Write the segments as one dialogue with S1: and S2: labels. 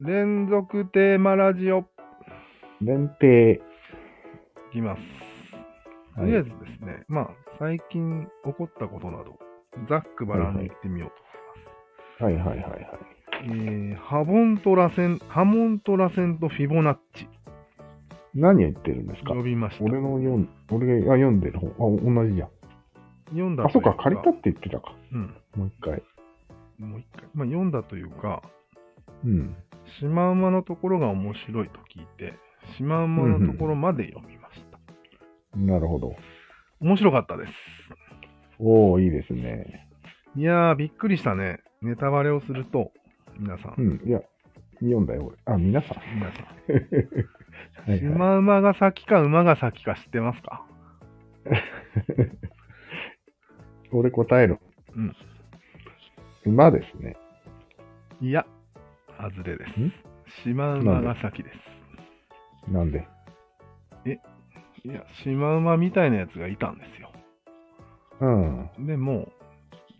S1: 連続テーマラジオ、
S2: 連帝。
S1: いきます。と
S2: はい
S1: りあえずですね、まあ、最近起こったことなど、ざっくばらんに言ってみよう
S2: はいはいはいはい。
S1: と。えー、ハボントラ線、ハモントラ線とフィボナッチ、
S2: 何を言ってるんですか
S1: 呼びました。
S2: 俺の読ん、俺があ読んでる本、あ、同じじゃん。
S1: 読んだ
S2: あ、そうか、
S1: とい
S2: 借
S1: う
S2: りたって言ってたか。
S1: うん。
S2: もう一回。
S1: もう一回。まあ、読んだというか、
S2: うん。
S1: シマウマのところが面白いと聞いて、シマウマのところまで読みました。
S2: なるほど。
S1: 面白かったです。
S2: おー、いいですね。
S1: いやー、びっくりしたね。ネタバレをすると、皆さん、
S2: うん。いや、読んだよ、俺。あ、皆さん。
S1: 皆さん、
S2: はい
S1: シ
S2: はい、
S1: マウマが先か馬が先か知ってますか
S2: 俺答える。
S1: うん。
S2: 馬ですね。
S1: いや、外れで
S2: ん
S1: す。シマウマが先で
S2: なんで。
S1: す。いや、シマウマみたいなやつがいたんですよ。
S2: うん。
S1: でも、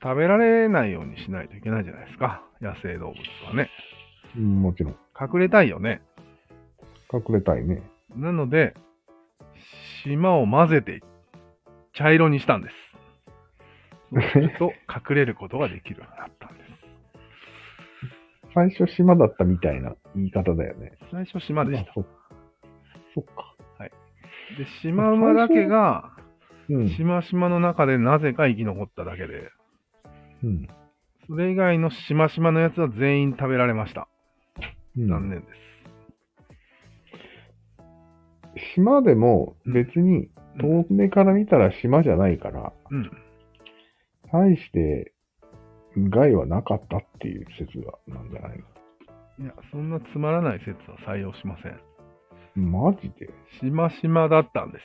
S1: 食べられないようにしないといけないじゃないですか。野生動物はね。
S2: うんもちろん。
S1: 隠れたいよね。
S2: 隠れたいね。
S1: なので、島を混ぜて、茶色にしたんです。そうすると、隠れることができるようになったんで
S2: 最初島だったみたいな言い方だよね。
S1: す。最初島でした。
S2: あそそっか。
S1: で、島馬だけが、
S2: うん。
S1: 島島の中でなぜか生き残っただけで、
S2: うん。
S1: それ以外の島島のやつは全員食べられました。残念です。
S2: 島でも別に遠目から見たら島じゃないから、
S1: うん。
S2: 大して害はなかったっていう説がなんじゃない
S1: いや、そんなつまらない説は採用しません。
S2: のマジで
S1: 島島だったんです。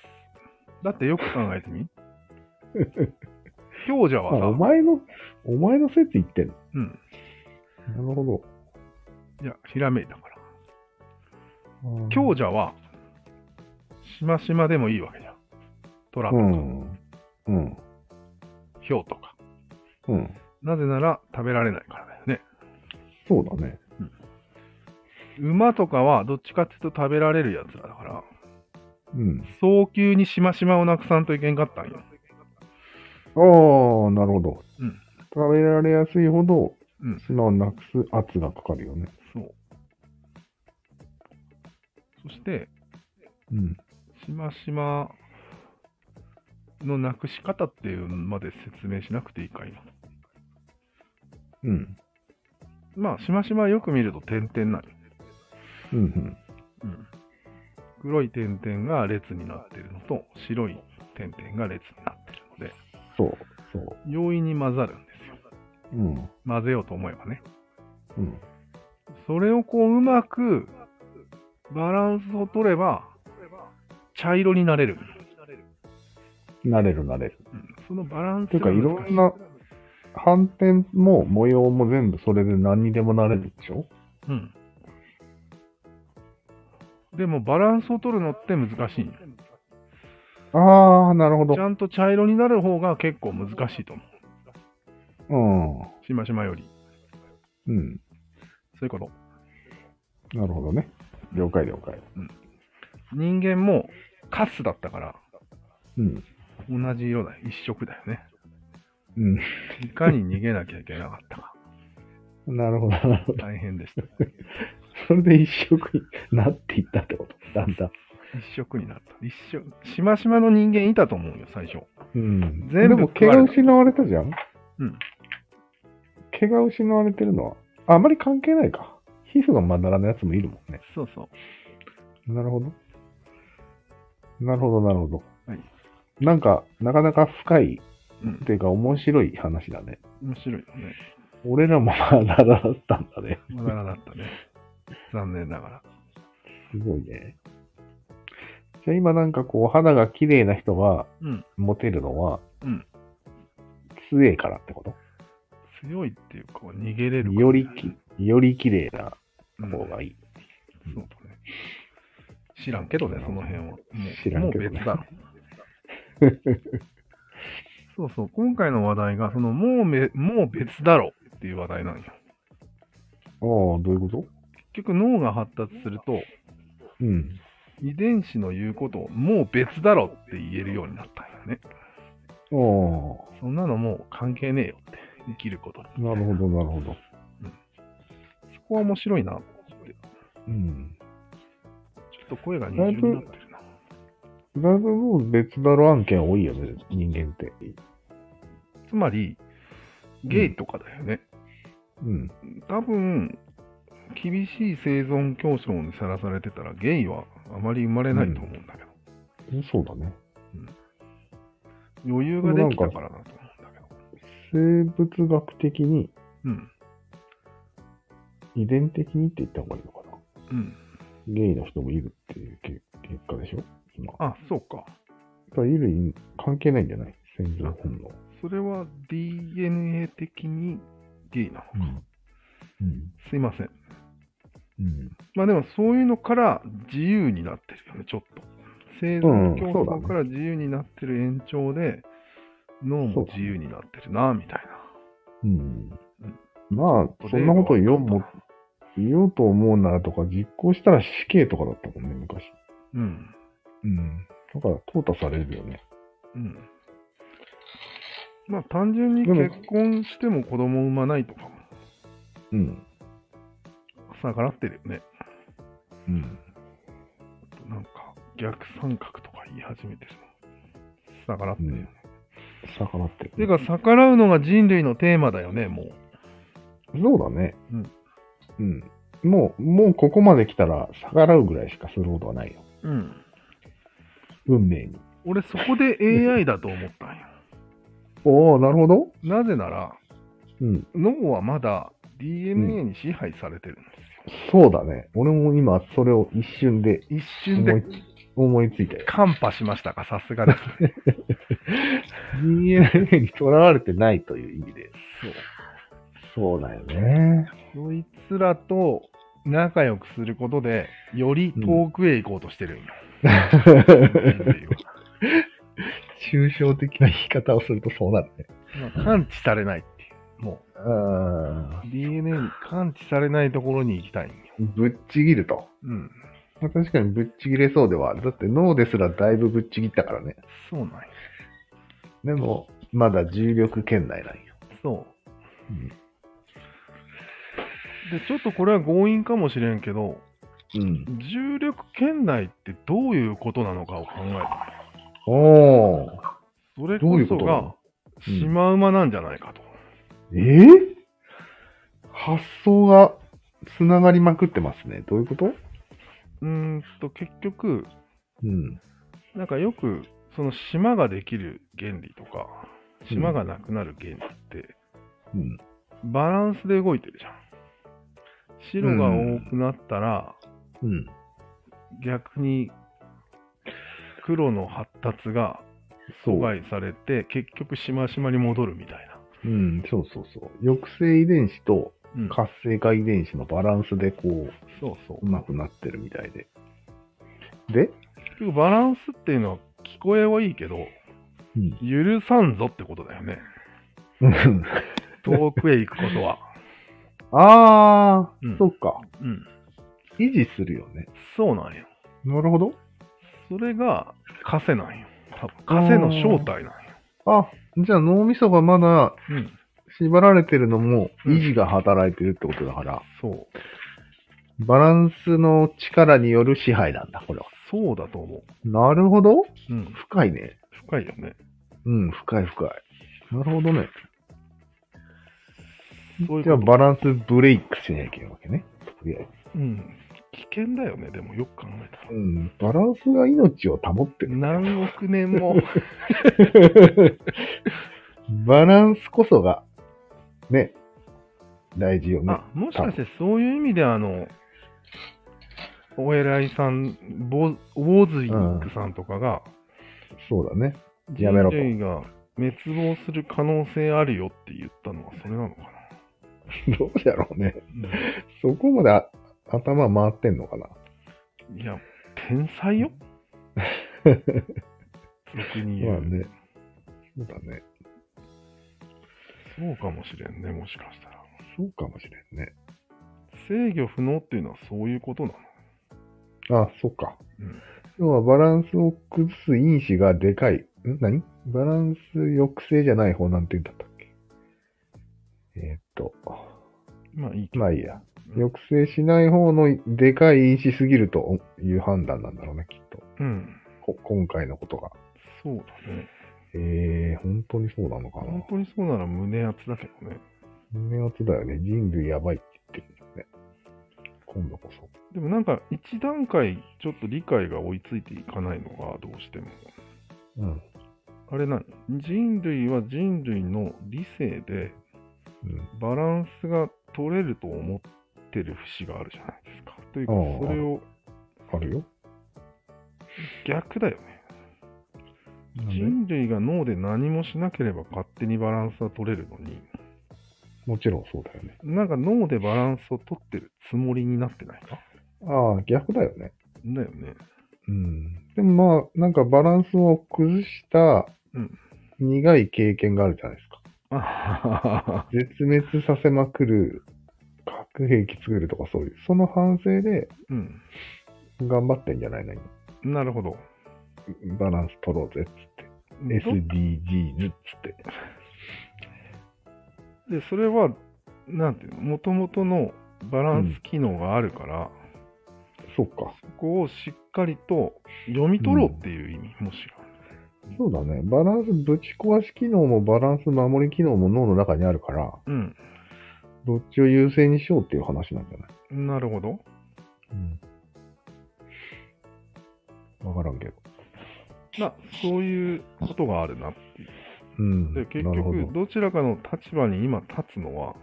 S1: だってよく考えて み。強者
S2: あ
S1: は
S2: お
S1: さ、
S2: 前の、お前の説言ってんの
S1: うん。
S2: なるほど。
S1: いや、ひらめいたから。
S2: あー
S1: 強者は、島島でもいいわけじゃん。トラと
S2: う
S1: か、
S2: ん。うん。
S1: ヒョウとか。
S2: うん。
S1: なぜなら食べられないからだよね。
S2: そうだね。
S1: 馬とかはどっちかっていうと食べられるやつらだから、
S2: うん。
S1: 早急に島島をなくさんといけんかったんよ。
S2: ああ、なるほど。
S1: うん
S2: 食べられやすいほど
S1: うん、
S2: 島をなくす圧がかかるよね。
S1: そう。そして、
S2: うん。
S1: 島島のなくし方っていうのまで説明しなくていいかいな。
S2: うん。
S1: まあ、島島よく見ると点々なんよ。
S2: うん。うん。
S1: うん黒い点々が列になってるのと白い点々が列になってるので
S2: そう。そう。
S1: 容易に混ざるんですよ
S2: うん。
S1: 混ぜようと思えばね
S2: うん。
S1: それをこううまくバランスを取れば茶色になれる、
S2: なれるなれる。
S1: うんそのバランス
S2: ていうか、いろんな、反転も模様も全部それで何にでもなれるでしょ
S1: うんでもバランスを取るのって難しいんよ
S2: ああ、なるほど
S1: ち。ゃんと茶色になる方が結構難しいと思
S2: うん。
S1: うしましまより
S2: うん。
S1: そういうこと
S2: なるほどね。了解了解。
S1: 人間もカスだったから
S2: うん。
S1: 同じ色だよ。一色だよね。
S2: うん。
S1: いかに逃げなきゃいけなかったか。
S2: なるほど、 なるほど。
S1: 大変でした。
S2: それで一色になっていったってこと。だんだん。
S1: 一色になった。一色。しましまの人間いたと思うよ、最初。
S2: うん。
S1: 全部
S2: でも毛が失われたじゃん
S1: うん。
S2: 毛が失われてるのは、あまり関係ないか。皮膚がまだらのやつもいるもんね。
S1: そうそう。
S2: なるほど。なるほど、なるほど。
S1: はい
S2: なんか、なかなか深い、
S1: うん
S2: っていうか面白い話だね。
S1: 面白いよね。
S2: 俺らもまだらだったんだね。
S1: まだらだったね。 残念ながら。
S2: すごいね。じゃあ今なんかこう、肌が綺麗な人が
S1: うん。
S2: モテるのは、
S1: うん
S2: 強いからってこと
S1: 強いっていうか、逃げれるから
S2: よりき、より綺麗な
S1: うん
S2: 方がいい。
S1: そうだね。知らんけどね、その辺は。もう
S2: 知らんけどね
S1: もう別だろ。 そうそう、今回の話題が、その、もうめ、もう別だろっていう話題なんよ。
S2: ああ、どういうこと
S1: 局脳が発達すると、
S2: うん。
S1: 遺伝子の言うことをもう別だろって言えるようになったんよね。
S2: お
S1: そんなのもう関係ねえよって、生きることに。
S2: ーなるほど、なるほど。
S1: そこは面白いなと思って。
S2: うん。
S1: ちょっと声が二重になってるな。
S2: だいぶもう別だろ案件多いよね、人間って。
S1: つまり、ゲイとかだよね。
S2: うん。
S1: 多分、厳しい生存競争にさらされてたら、ゲイはあまり生まれないと思うんだけど。
S2: そうだね。
S1: 余裕ができたからだと思うんだけど。
S2: 生物学的に、
S1: うん。
S2: 遺伝的にって言った方がいいのかな。
S1: うん。
S2: ゲイの人もいるっていうけ結果でしょ今。だか
S1: あ、そうか。
S2: ら衣類関係ないんじゃない戦場本能。
S1: それは DNA 的にゲイなのか。
S2: うん。
S1: すいません。
S2: うん。
S1: まあでもそういうのから自由になってるよね、ちょっと。生存競争から自由になってる延長で、脳も自由になってるな、みたい
S2: うん
S1: うん。
S2: まあ、
S1: な。
S2: そんなこと言おう
S1: も
S2: も、言おうと思うならとか、実行したら死刑とかだったもんね、昔。
S1: うん。
S2: うん。だから、淘汰されるよね。
S1: うん。まあ単純に
S2: でも
S1: 結婚しても子供産まないとかも
S2: うん。
S1: 逆らってるよね。
S2: うん。
S1: なんか逆三角とか言い始めてるの。逆らってるよね。
S2: 逆らってる。
S1: てか逆らうのが人類のテーマだよね、もう。
S2: そうだね。
S1: うん。
S2: うん。もう、もうここまで来たら、逆らうぐらいしかすることはないよ。
S1: うん。
S2: 運命に。
S1: 俺そこで AI だと思ったんよ。
S2: おおなるほど。
S1: なぜなら、
S2: うん。
S1: 脳はまだ DNA に支配されてるんです
S2: そうだね。俺も今、それを一瞬で
S1: よ。一瞬
S2: 思い
S1: で
S2: 思いついたよ。
S1: カンパしましたか、さすがです。
S2: DNA にとらわれてないという意味で。
S1: そう
S2: そうだよね。
S1: そいつらと仲良くすることで、より遠くへ行こうとして るんよ。人類は
S2: 抽象的な言い方をするとそうなるね。
S1: まあ感知されないっていう。も
S2: う
S1: う DNA に感知されないところに行きたいんよ。
S2: ん。ぶっちぎると。
S1: うん。
S2: まあ確かにぶっちぎれそうではある。だって脳ですらだいぶぶっちぎったからね。
S1: そうなんよ。
S2: でも、まだ重力圏内なんよ。
S1: そう。
S2: うん
S1: で、ちょっとこれは強引かもしれんけど、
S2: うん。
S1: 重力圏内ってどういうことなのかを考えた。
S2: おー。
S1: それ
S2: どう
S1: こ
S2: いう
S1: そ
S2: こと
S1: が
S2: うん
S1: シマウマなんじゃないかと。
S2: えー発想がつながりまくってますね。どういうこと
S1: うーんと結局、
S2: うん。
S1: なんかよくその島ができる原理とか、島がなくなる原理って
S2: うん。
S1: バランスで動いてるじゃん。白が多くなったら
S2: うん。
S1: 逆に黒の発達が阻害されて結局島島に戻るみたいな。
S2: うん、そうそうそう。抑制遺伝子と
S1: うん、
S2: 活性化遺伝子のバランスでこう、
S1: そうそう
S2: う。まくなってるみたいで。で、
S1: 結局バランスっていうのは聞こえはいいけど、
S2: うん
S1: 許さんぞってことだよね。遠くへ行くこと は。
S2: あー、
S1: うん
S2: そっか。
S1: うん。
S2: 維持するよね。
S1: そうなんよ。
S2: なるほど。
S1: それが、カセなんよ。多分カセの正体なんよ。
S2: あ、じゃあ脳みそがまだ
S1: うん。
S2: 縛られてるのも
S1: うん
S2: 維持が働いてるってことだから、
S1: そう。
S2: バランスの力による支配なんだ、これは。
S1: そうだと思
S2: なるほど。
S1: う。うん。
S2: 深いね。
S1: 深いよね。
S2: うん、深い深い。なるほどね。
S1: そういう
S2: じゃあ
S1: こ
S2: バランスブレイクしなきゃいけないわけね。とりあえず。
S1: と。うん。危険だよね、でもよく考えたら。
S2: うん、バランスが命を保ってる。
S1: 何億年も。
S2: バランスこそが、ね、大事よね。
S1: あ、もしかしてそういう意味で、あの、お偉いさん、ボウォーズイックさんとかが、
S2: そうだね。 や
S1: 人
S2: めろと
S1: 類が滅亡する可能性あるよって言ったのはそれなのかな。
S2: どうだろうね。
S1: うん
S2: そこまであ頭回ってんのかな。
S1: いや、天才 よ。俗に言
S2: まあ
S1: う、
S2: ね。そうだね。
S1: そうかもしれんね、もしかしたら。
S2: そうかもしれんね。
S1: 制御不能っていうのはそういうことなの。
S2: あ、そっか。
S1: うん
S2: 要はバランスを崩す因子がでかい。ん何バランス抑制じゃない方なんて言うんだったっけえーっと、
S1: まあいいけど。
S2: まあいいや。
S1: うん
S2: 抑制しない方のでかい因子すぎるという判断なんだろうね、きっと。
S1: うん。
S2: こ今回のことが。
S1: そうだね。
S2: えー、本当にそうなのかな
S1: 本。当にそうなら胸熱だけどね。
S2: 胸熱だよね。人類やばいって言ってるんだよね。今度こそ。
S1: でもなんか一段階ちょっと理解が追いついていかないのがどうしても。
S2: うん。
S1: あれ何人類は人類の理性で
S2: うん。
S1: バランスが取れると思ってる節があるじゃないですか。というか
S2: ああ、
S1: それを
S2: あるよ。
S1: 逆だよね。
S2: なんで
S1: 人類が脳で何もしなければ勝手にバランスは取れるのに、
S2: もちろんそうだよね。
S1: なんか脳でバランスを取ってるつもりになってないか
S2: ああ、逆だよね。
S1: だよ ね。
S2: うんでもまあ、なんかバランスを崩した
S1: うん
S2: 苦い経験があるじゃないですか。
S1: あははは
S2: 絶滅させまくる、核兵器作るとかそういう、その反省で
S1: うん。
S2: 頑張ってんじゃないの今
S1: なるほど。
S2: バランス取ろうぜっつって。SDGs っつって。
S1: で、それは、なんていうの、もともとのバランス機能があるから、
S2: そっか。
S1: そこをしっかりと読み取ろうっていう意味、もし
S2: そうだね。バランスぶち壊し機能もバランス守り機能も脳の中にあるから、
S1: ろ。うん。
S2: どっちを優先にしようっていう話なんじゃない
S1: なるほど。
S2: うん。わからんけど。
S1: まあ、そういうことがあるなっていう。
S2: うん。
S1: で、結
S2: なるほど
S1: 局、どちらかの立場に今立つのは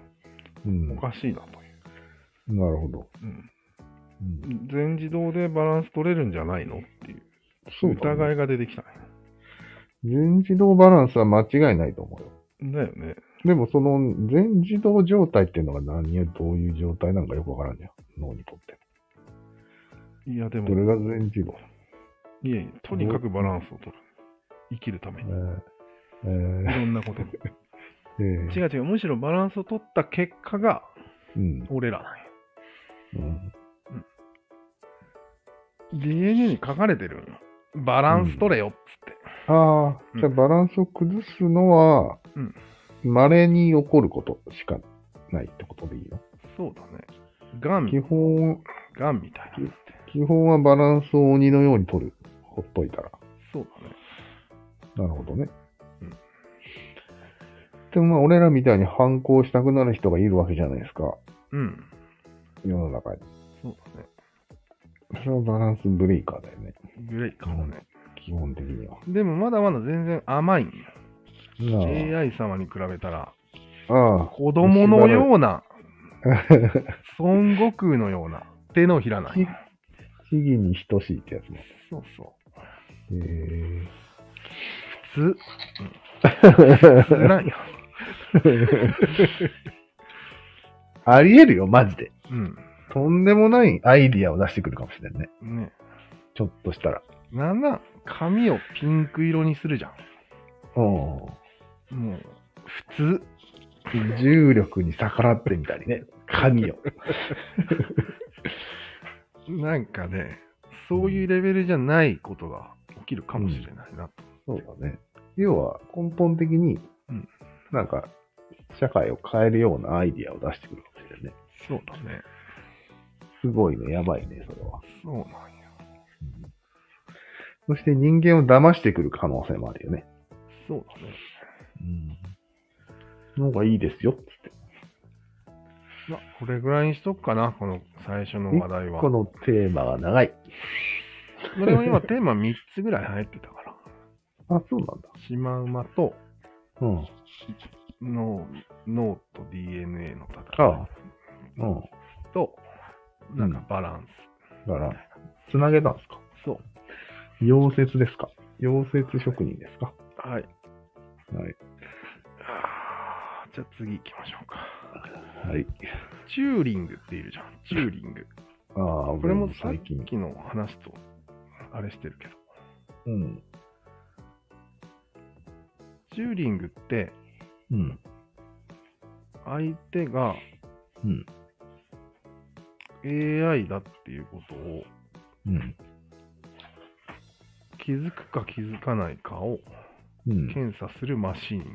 S2: うん
S1: おかしいなという。
S2: なるほど。
S1: うん
S2: うん
S1: 全自動でバランス取れるんじゃないのっていう
S2: そうだ、
S1: 疑
S2: ね。
S1: いが出てきたね。
S2: 全自動バランスは間違いないと思うよ。
S1: だよね。
S2: でもその全自動状態っていうのが何をどういう状態なのかよくわからんじゃん。脳にとって。
S1: いや、でも
S2: ど、れが全自動、
S1: いえいえ、とにかくバランスを取る。生きるため
S2: え
S1: に。い
S2: ーえー
S1: ろんなこと に。
S2: えー
S1: 違う違う、むしろバランスを取った結果が
S2: うん
S1: 俺らなんよ
S2: うん。
S1: DNA に書かれてるんよバランス取れよっつって。
S2: ああ、じゃあバランスを崩すのは
S1: うん、
S2: 稀に起こることしかないってことでいいよ。
S1: そうだね。ガン
S2: 基、本、
S1: ガンみたいなのって。
S2: 基本はバランスを鬼のように取る。ほっといたら。
S1: そうだね。
S2: なるほどね。
S1: うん
S2: でもまあ、俺らみたいに反抗したくなる人がいるわけじゃないですか。
S1: うん。
S2: 世の中に。
S1: そうだね。
S2: それはバランスブレイカーだよね。
S1: ブレイカーもね。
S2: 基本的には。
S1: でもまだまだ全然甘いんよ。
S2: な
S1: AI 様に比べたら、
S2: ああ
S1: 子供のよう な、孫悟空のような、手のひらな
S2: あ。
S1: い
S2: ひ。ひぎに等しいってやつね。
S1: そうそう。
S2: えー、
S1: 普通、普通なんよ。
S2: ありえるよ、マジで。
S1: う
S2: とんでもないアイディアを出してくるかもしれんね。
S1: ん。ね。
S2: ちょっとしたら。
S1: なんなん、髪をピンク色にするじゃ
S2: うん。
S1: ん。もう、普通。
S2: 重力に逆らってみたりね。神を。
S1: なんかね、そういうレベルじゃないことが起きるかもしれないなと。
S2: そうだね。要は根本的に、
S1: うん
S2: なんか、社会を変えるようなアイディアを出してくるかもしれないね。
S1: そうだね。
S2: すごいね、やばいね、それは。
S1: そうなんや。
S2: そして人間を騙してくる可能性もあるよね。
S1: そうだね。
S2: の方がいいですよ、つって。
S1: まあ、これぐらいにしとくかな、この最初の話題は
S2: こ。のテーマが長い。
S1: これは今テーマ3つぐらい入ってたから。
S2: あ、そうなんだ。
S1: シマウマと
S2: うん。
S1: 脳脳と DNA の戦
S2: あうん。
S1: いと、なんかバラン
S2: だから、つなげたんですか
S1: ス。そ
S2: 溶接ですか溶接職人ですか
S1: う。はい。
S2: はい。
S1: あーじゃあ次行きましょうか。
S2: はい。
S1: チューリングっているじゃん。チューリン グ。
S2: ああ、
S1: これもさ
S2: 最
S1: っ
S2: 近。
S1: きの話とあれしてるけど。
S2: うん。
S1: チューリングって
S2: うん。
S1: 相手が
S2: うん
S1: AI だっていうことを
S2: うん。
S1: 気づくか気づかないかを
S2: うん。
S1: 検査するマシーンが。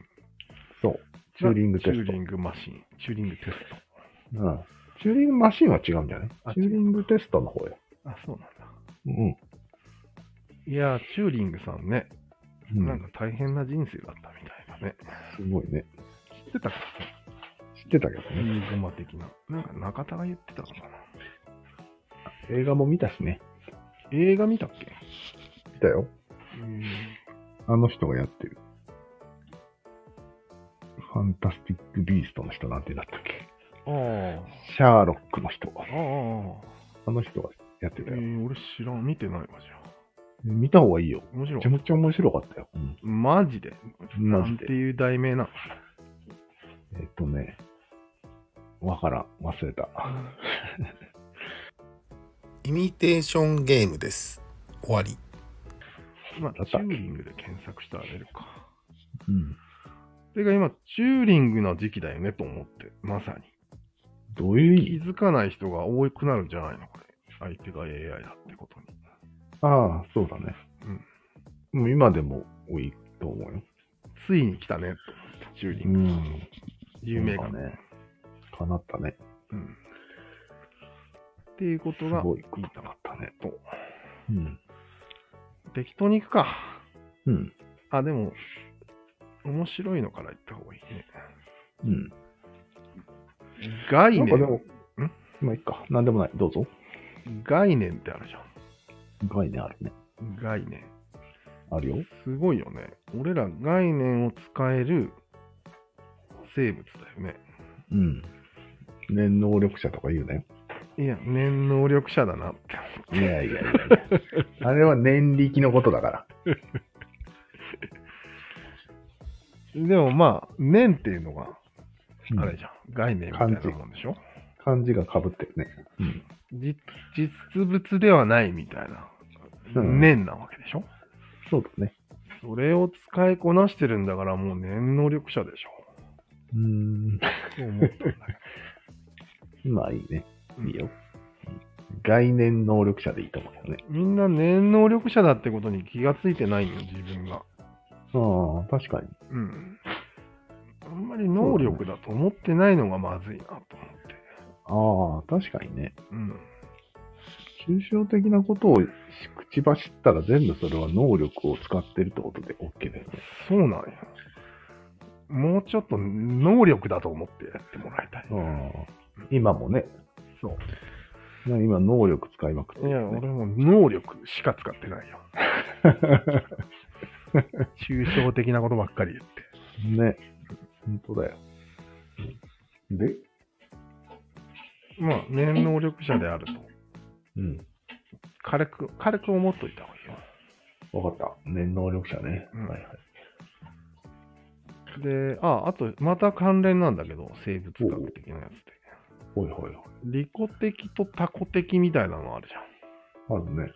S2: そう。チューリングテスト
S1: チューリングマシーン。チューリングテス
S2: うん。チューリングマシンは違うんじゃない
S1: あ
S2: チューリングテストの方よ。
S1: ト。あ、そうなんだ。
S2: うん。
S1: いやー、チューリングさんね、
S2: うん、
S1: なんか大変な人生だったみたいだね。
S2: すごいね。
S1: 知ってたか
S2: 知ってたけど
S1: イ
S2: ね。
S1: ーグマ的な。なんか中田が言ってたのかな。
S2: 映画も見たしね。
S1: 映画見たっけ
S2: 見たよ。
S1: うん
S2: あの人がやってる。ファンタスティック・ビーストの人なんてだったっけ
S1: あー
S2: シャーロックの人。
S1: あーあーあ
S2: あの人がやっ
S1: ー、
S2: て
S1: え
S2: たよ。
S1: ー、俺知らん。見てないわ、じゃあ。
S2: 見た方がいいよ。
S1: 面白
S2: め
S1: い
S2: ちゃ。めちゃ面白かったよ。うん
S1: マジで
S2: マ
S1: な
S2: ジ
S1: ん
S2: で
S1: ていう題名なの。
S2: えっとね、わからん。忘れた。
S3: イミテーションゲームです。終わり。
S1: ま
S2: だ
S1: あ、
S2: っ
S1: チ
S2: た
S1: ューリングで検索したら出るか。
S2: うん。
S1: てか今、チューリングの時期だよねと思って、まさに。
S2: どういう
S1: 気
S2: 意味
S1: づかない人が多くなるんじゃないのこれ。相手が AI だってことに。
S2: ああ、そうだね。うん。もう今でも多いと思うよ。
S1: ついに来たね、と思ってチューリング。
S2: ん。
S1: 夢が
S2: そうだね。叶ったね。
S1: うん。っていうこ
S2: す
S1: とが、
S2: ごい食いたかったね。
S1: と
S2: うん。
S1: 適当に行くか。
S2: うん。
S1: あ、でも、面白いのから行った方がいいね。
S2: うん。
S1: 概
S2: なんかでも
S1: 念、、ん
S2: まあいいか。なんでもない。どうぞ。
S1: 概念ってあるじゃ
S2: 概念あるね。
S1: ん。概念。
S2: あるよ。
S1: すごいよね。俺ら概念を使える生物だよね。
S2: うん。念能力者とか言うなよ。
S1: いや、念能力者だなって
S2: いやいやいやい やあれは念力のことだから。
S1: 思う。でもまあ、念っていうのが、あれ
S2: うん
S1: じゃん。概念みたいなもんでしょ
S2: 漢字が被ってるね。
S1: 実実物ではないみたいな、
S2: うん
S1: 念なわけでしょ
S2: そうだね。
S1: それを使いこなしてるんだからもう念能力者でし
S2: うーん。
S1: ょと思ったんだ
S2: まあいいね。
S1: けど
S2: いいよ。概念能力者でいいと思うけどね。
S1: みんな念能力者だってことに気がついてないよ、自分が。
S2: ああ、確かに。
S1: うん。あんまり能力だと思ってないのがまずいなと思って。
S2: ああ、確かにね。
S1: うん。
S2: 抽象的なことを口走ったら全部それは能力を使ってるってことで OK だよね。
S1: そうなんや。もうちょっと能力だと思ってやってもらいたい。
S2: ああ。今もね。
S1: そう。
S2: な今能力使いまくって
S1: い
S2: る
S1: や、
S2: よね、
S1: 俺も能力しか使ってないよ。 抽象的なことばっかり言って。
S2: ね。本当だよ。で、
S1: まあ、念能力者であると。
S2: うん。
S1: 軽く、軽く思っといた方がいいよ。
S2: わかった。ね、能力者ね。
S1: うん
S2: はいはい。
S1: で、あ、あと、また関連なんだけど、生物学的なやつって。
S2: ほいほい
S1: 利己的と他己的みたいなのあるじゃん。
S2: ほい。あるね。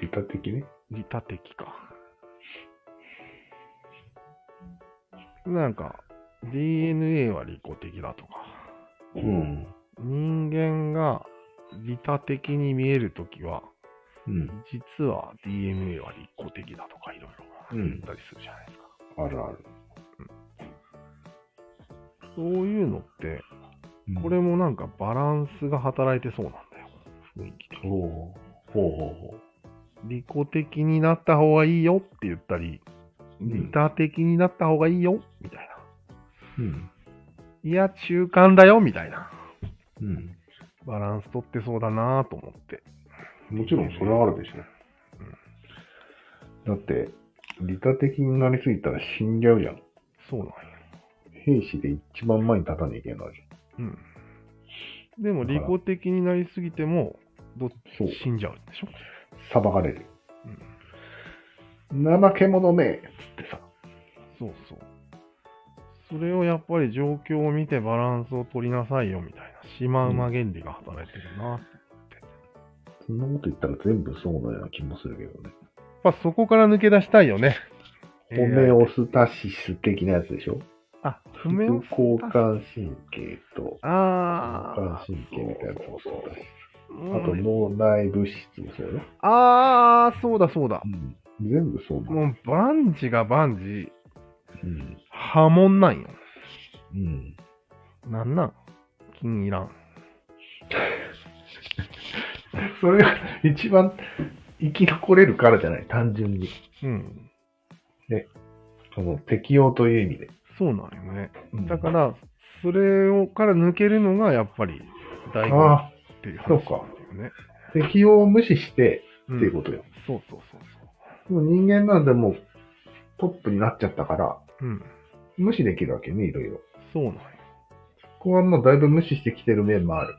S2: 利他的ね。
S1: 利他的か。なんか、DNA は利己的だとか、
S2: うん。
S1: 人間が利他的に見えるときは、
S2: うん。
S1: 実は DNA は利己的だとかいろいろ
S2: うん
S1: 言ったりするじゃないですか。
S2: あるある。
S1: そういうのって、
S2: うん
S1: これ、もなんかバランスが働いてそうなんだよ。雰囲気的に
S2: ほうほうほうほう。
S1: 利己的になった方がいいよって言ったり、
S2: ん
S1: 利他的になった方がいいよ、みたいな。
S2: うん。
S1: いや、中間だよ、みたいな。
S2: うん。
S1: バランス取ってそうだなぁと思って。
S2: もちろんそれはあるでしょ。だって、利他的になりすぎたら死んじゃうじゃん。
S1: そうなんや。
S2: 兵士で一番前に立たなきゃいけないじ
S1: うん。でも、利己的になりすぎても、どっち
S2: ゃん。そう。
S1: 死んじゃうんでしょ
S2: 裁かれる。怠け者めつってさ。
S1: そうそう。それをやっぱり状況を見てバランスを取りなさいよみたいな、シマウマ原理が働いてるな。やっ
S2: そんなこと言ったら全部そうのような気もするけどね。
S1: ぱそこから抜け出したいよね。
S2: ホメオスタシス的なやつでしょ
S1: あ、不
S2: 副
S1: 明
S2: 交感神経と
S1: ああ
S2: 交感神経みたいなやつもそうだし。あと脳内物質もそうね。
S1: ああ、そうだそうだ。
S2: 全部そうなの。
S1: もうバンジがバンジ、
S2: うん。
S1: 波紋なんよ。
S2: うん。
S1: なんなん気に入らん。
S2: それが一番生き残れるからじゃない、単純に。
S1: うん。
S2: その適応という意味で。
S1: そうなんよね。だか、ら、それをから抜けるのがやっぱり大事
S2: ああ、
S1: っていう話
S2: そう
S1: なん
S2: か
S1: だよね。
S2: 適応を無視して
S1: う
S2: っ
S1: ん
S2: ていうことよ。
S1: そうそうそうそ
S2: でも人間なんてもうトップになっちゃったから、
S1: う。うん。
S2: 無視できるわけね、いろいろ。
S1: そうなんよ。
S2: ここはもうだいぶ無視してきてる面もある。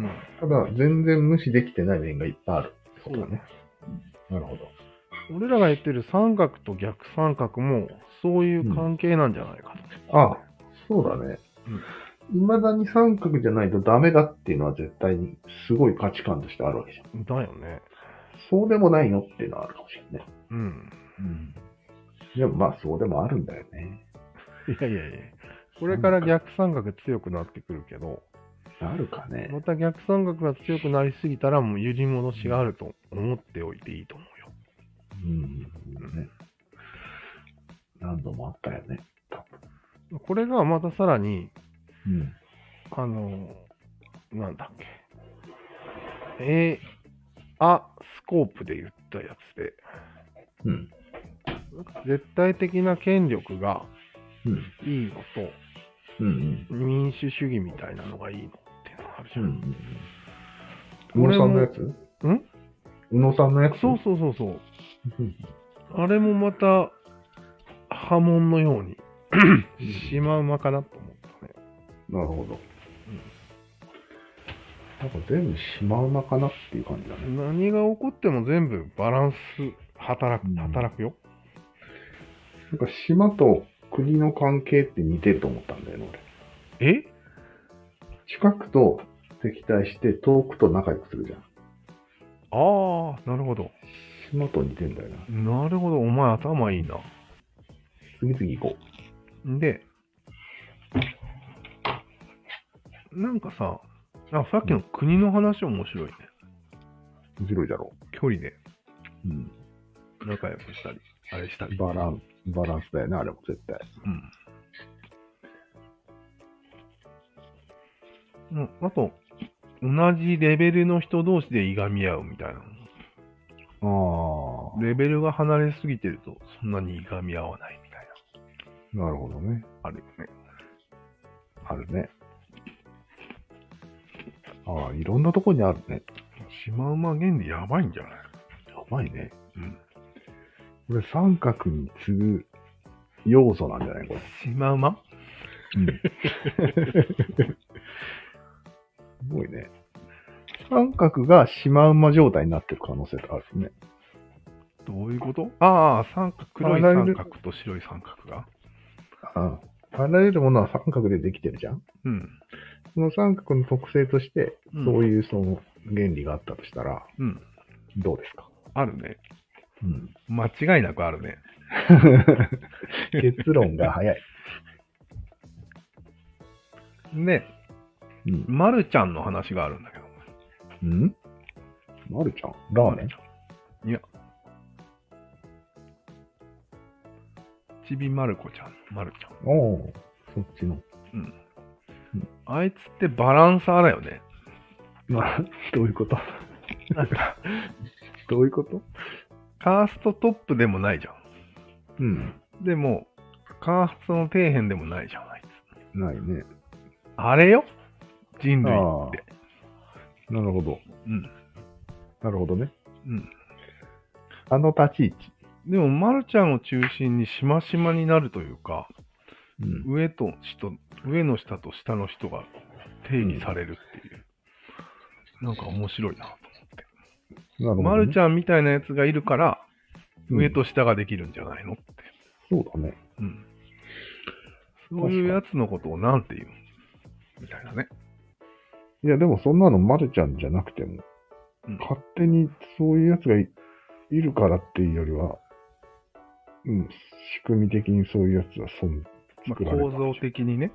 S1: うん。
S2: ただ、全然無視できてない面がいっぱいあるって
S1: そ
S2: こ
S1: う
S2: とだ
S1: だ
S2: ね
S1: ね。。
S2: なるほど。
S1: 俺らが言ってる三角と逆三角も、そういう関係なんじゃないかと。
S2: あ、そうだね。未だに三角じゃないとダメだっていうのは絶対にすごい価値観としてあるわけじゃん。
S1: だよね。
S2: そうでもないのっていうのはあるかもしれない。
S1: うん。
S2: うん。でもまあそうでもあるんだよね。
S1: いやいやいや。これから逆三角強くなってくるけど、
S2: あるかね。
S1: また逆三角が強くなりすぎたら、もう揺り戻しがあると思っておいていいと思うよ。
S2: うん。ね何度もあったよね。
S1: これがまたさらに、
S2: うん。
S1: あの、なんだっけ。えー、あ、スコープで言ったやつで、
S2: うん。
S1: 絶対的な権力が
S2: うん。
S1: いいの
S2: うん。うん
S1: と、民主主義みたいなのがいいのっていうのがあるじ
S2: う
S1: ゃん。
S2: ん。うん。宇
S1: こ
S2: 野
S1: れ
S2: さ
S1: も
S2: んのやつ
S1: ん
S2: 宇野さんのやつ
S1: そうそうそうそう。
S2: うん
S1: あれもまた波紋のようにシマウマかなと思ったね。
S2: なるほど。なんか全部シマウマかなっていう感じだね。
S1: 何が起こっても全部バランス働
S2: う
S1: く
S2: ん
S1: 働くよ。
S2: なんか島と国の関係って似てると思ったんだよね、俺。
S1: え
S2: 近くと敵対して遠くと仲良くするじゃん。
S1: ああ、なるほど。
S2: 島と似てんだよな。
S1: なるほど、お前頭いいな。
S2: 次々行こ
S1: で、なんかさ、あさっきの国の話面白いね。
S2: う。面白いだろ
S1: 距離で
S2: う。うん。
S1: 仲良くしたり、あれしたり。
S2: バランス、バランスだよね、あれも絶対。
S1: うん。うん、あと、同じレベルの人同士でいがみ合うみたいな。
S2: ああ。
S1: レベルが離れすぎてると、そんなにいがみ合わないみたい
S2: なるほどね。
S1: な。あるよね。
S2: あるね。ああ、いろんなとこにあるね。
S1: シマウマ原理やばいんじゃない
S2: やばいね。
S1: うん。
S2: これ三角に次ぐ要素なんじゃないこれ。
S1: シマウマ
S2: すごいね。三角がシマウマ状態になってる可能性ってあるね。
S1: どういうことああ、三角、黒い
S2: あなる
S1: 三角と白い三角が。
S2: ああ。あらゆるものは三角でできてるじゃん
S1: うん。
S2: その三角の特性として、そう
S1: う。
S2: いうその原理があったとしたら、
S1: うん。
S2: どうですか
S1: あるね。
S2: うん。
S1: 間違いなくあるね。
S2: 結論が早い。
S1: で、
S2: うん。
S1: まるちゃんの話があるんだけど。
S2: うんまるちゃんラーメン
S1: いや。ちびまる子ちゃん、まるちゃん。
S2: おおそっちの。
S1: あいつってバランサーだよね。
S2: まあ、 どういうこと
S1: なんか、
S2: どういうこと
S1: カーストトップでもないじゃ
S2: うん。
S1: ん。でも、カーストの底辺でもないじゃん、あいつ。
S2: ないね。
S1: あれよ人類
S2: あ
S1: って。
S2: あ。なるほど。
S1: うん。
S2: なるほどね。
S1: うん。
S2: あの立ち位置。
S1: でも、まるちゃんを中心にしましまになるというか、
S2: うん。
S1: 上と下、上の下と下の人が定義されるっていう。なんか面白いな。
S2: なるほど、ね。
S1: まるちゃんみたいなやつがいるから、
S2: うん
S1: 上と下ができるんじゃないのって。
S2: そうだね。
S1: うん。そういうやつのことをなんて言うみたいなね。
S2: いや、でもそんなのまるちゃんじゃなくても、
S1: うん
S2: 勝手にそういうやつがいいるからっていうよりは、うん、仕組み的にそういうやつはそん
S1: まあ
S2: 作られた
S1: 構造的にね。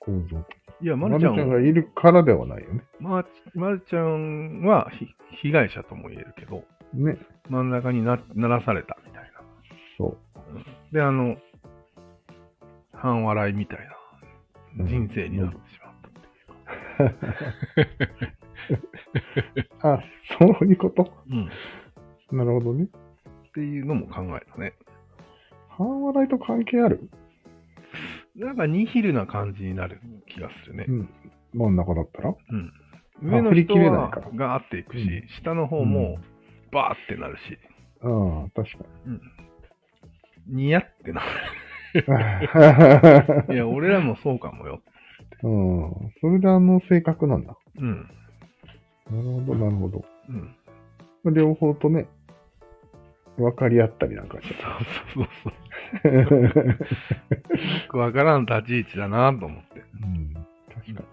S2: 構造的。
S1: いや、ま
S2: マ
S1: る
S2: ル
S1: ち
S2: ち
S1: ゃ
S2: ゃ
S1: ん
S2: ん
S1: は
S2: が、いるからではないよね。
S1: ままるちゃんはひ被害者とも言えるけど、
S2: ね。
S1: 真ん中になならされたみたいな。
S2: そう。
S1: で、あの、半笑いみたいな人生になってしまった。
S2: あ、そういうこと
S1: うん。っ
S2: なるほどね。
S1: ていうのも考えたね。
S2: 半笑いと関係ある
S1: なんかニヒルな感じになる気がするね
S2: う。ん。真ん中だったら
S1: うん。
S2: あ
S1: 上の
S2: 振り
S1: 人
S2: 切れない
S1: は
S2: から
S1: ガーっていくし、
S2: うん
S1: 下の方もバーってなるし、
S2: ああ、確か
S1: ニヤってなる。い
S2: に。
S1: や、俺らもそうかもよ。
S2: うん。それであの性格なんだ。
S1: うん。
S2: なるほど、なるほど。
S1: うん。
S2: 両方とね、分かり合ったりなんかし
S1: そうそうそう。
S2: て。う
S1: よくわからん立ち位置だなと思って。
S2: ん、確かに。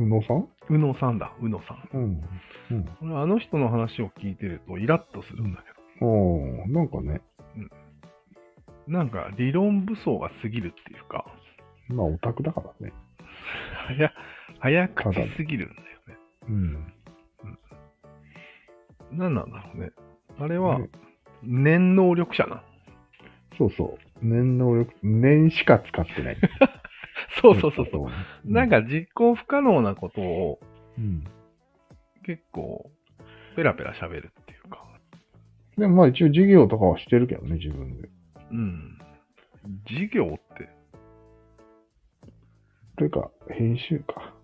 S2: 宇野さん
S1: 宇野さんだ、宇野さん。
S2: うん。うん。
S1: 俺あの人の話を聞いてるとイラッとするんだけ
S2: おー、なんかね、
S1: ど、なんか理論武装が過ぎるっていうか、
S2: まあオタクだからね。
S1: 早、早口すぎるんだよね。
S2: うん。
S1: 何なんだろうね。あれは
S2: ね、
S1: 念能力者なの。
S2: そうそう。念能力、念しか使ってない。
S1: そうそうそうそう。
S2: う
S1: なん、か実行不可能なことを
S2: うん。
S1: 結構ペラペラ喋るっていうか、
S2: でもまあ一応授業とかはしてるけどね、自分で。
S1: うん。授業って、
S2: というか、編集か。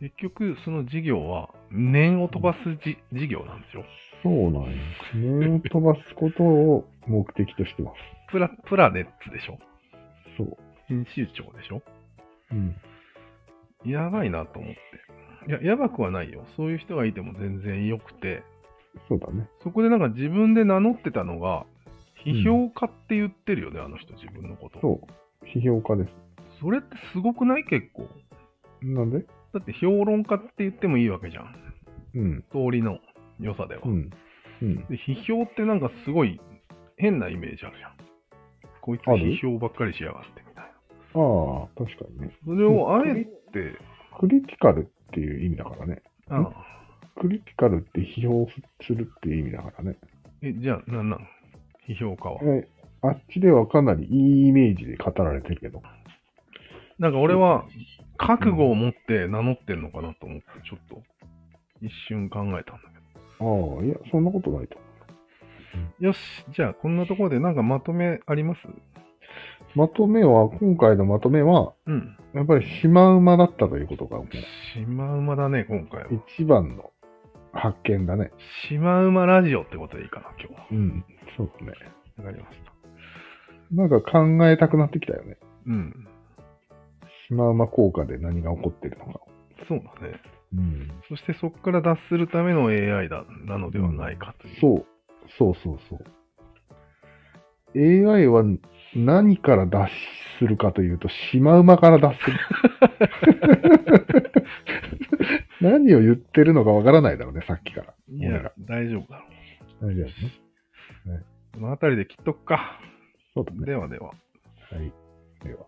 S1: 結局その授業は念を飛ばすじ授業なんですよ。
S2: そうなんや。念を飛ばすことを目的としてます。
S1: プラ、プラネッツでしょ
S2: そう。
S1: 編集長でしょ
S2: うん。
S1: やばいなと思って。いや、やばくはないよ。そういう人がいても全然良くて、
S2: そうだね。
S1: そこでなんか自分で名乗ってたのが、批評家って言ってるよね、あの人自分のこと。
S2: そう。批評家です。
S1: それってすごくない結構。
S2: なんで
S1: だって評論家って言ってもいいわけじゃん。
S2: うん。
S1: 通りの良さでは。
S2: うん。うん。
S1: で批評ってなんかすごい変なイメージあるじゃん。こいつ
S2: ある
S1: 批評ばっかりしやがってみたいな。
S2: ああ、確かにね。
S1: それをあえて、
S2: クリティカルっていう意味だからね。
S1: あ
S2: ん
S1: あ
S2: クリティカルって批評するっていう意味だからね。
S1: え、じゃあなんなん批評家は。
S2: えあっちではかなりいいイメージで語られてるけど。
S1: なんか俺は覚悟を持って名乗ってんのかなと思って、ちょっと一瞬考えたんだけ
S2: ああ、いや、そんなことないと思
S1: ど。よし、じゃあこんなところでなんかまとめあります
S2: う。まとめは、今回のまとめは、
S1: うん。
S2: やっぱりシマウマだったということがもう
S1: シマウマだね、今回は。
S2: 一番の発見だね。
S1: シマウマラジオってことでいいかな、今日は。
S2: うん。そうだね。
S1: わかりました。
S2: なんか考えたくなってきたよね。
S1: うん。
S2: シマウマ効果で何が起こってるのか。
S1: そうだね。
S2: うん。
S1: そしてそこから脱するための AI だなのではないかという。
S2: そう。そうそうそう。AI は何から脱出するかというと、シマウマから脱する。 何を言ってるのかわからないだろうね、さっきから。
S1: い
S2: 俺
S1: や
S2: ら、
S1: 大丈夫だろ
S2: 大丈夫ね。
S1: う。この辺りで切っとくか。
S2: そうだね。
S1: ではでは。
S2: はい。では。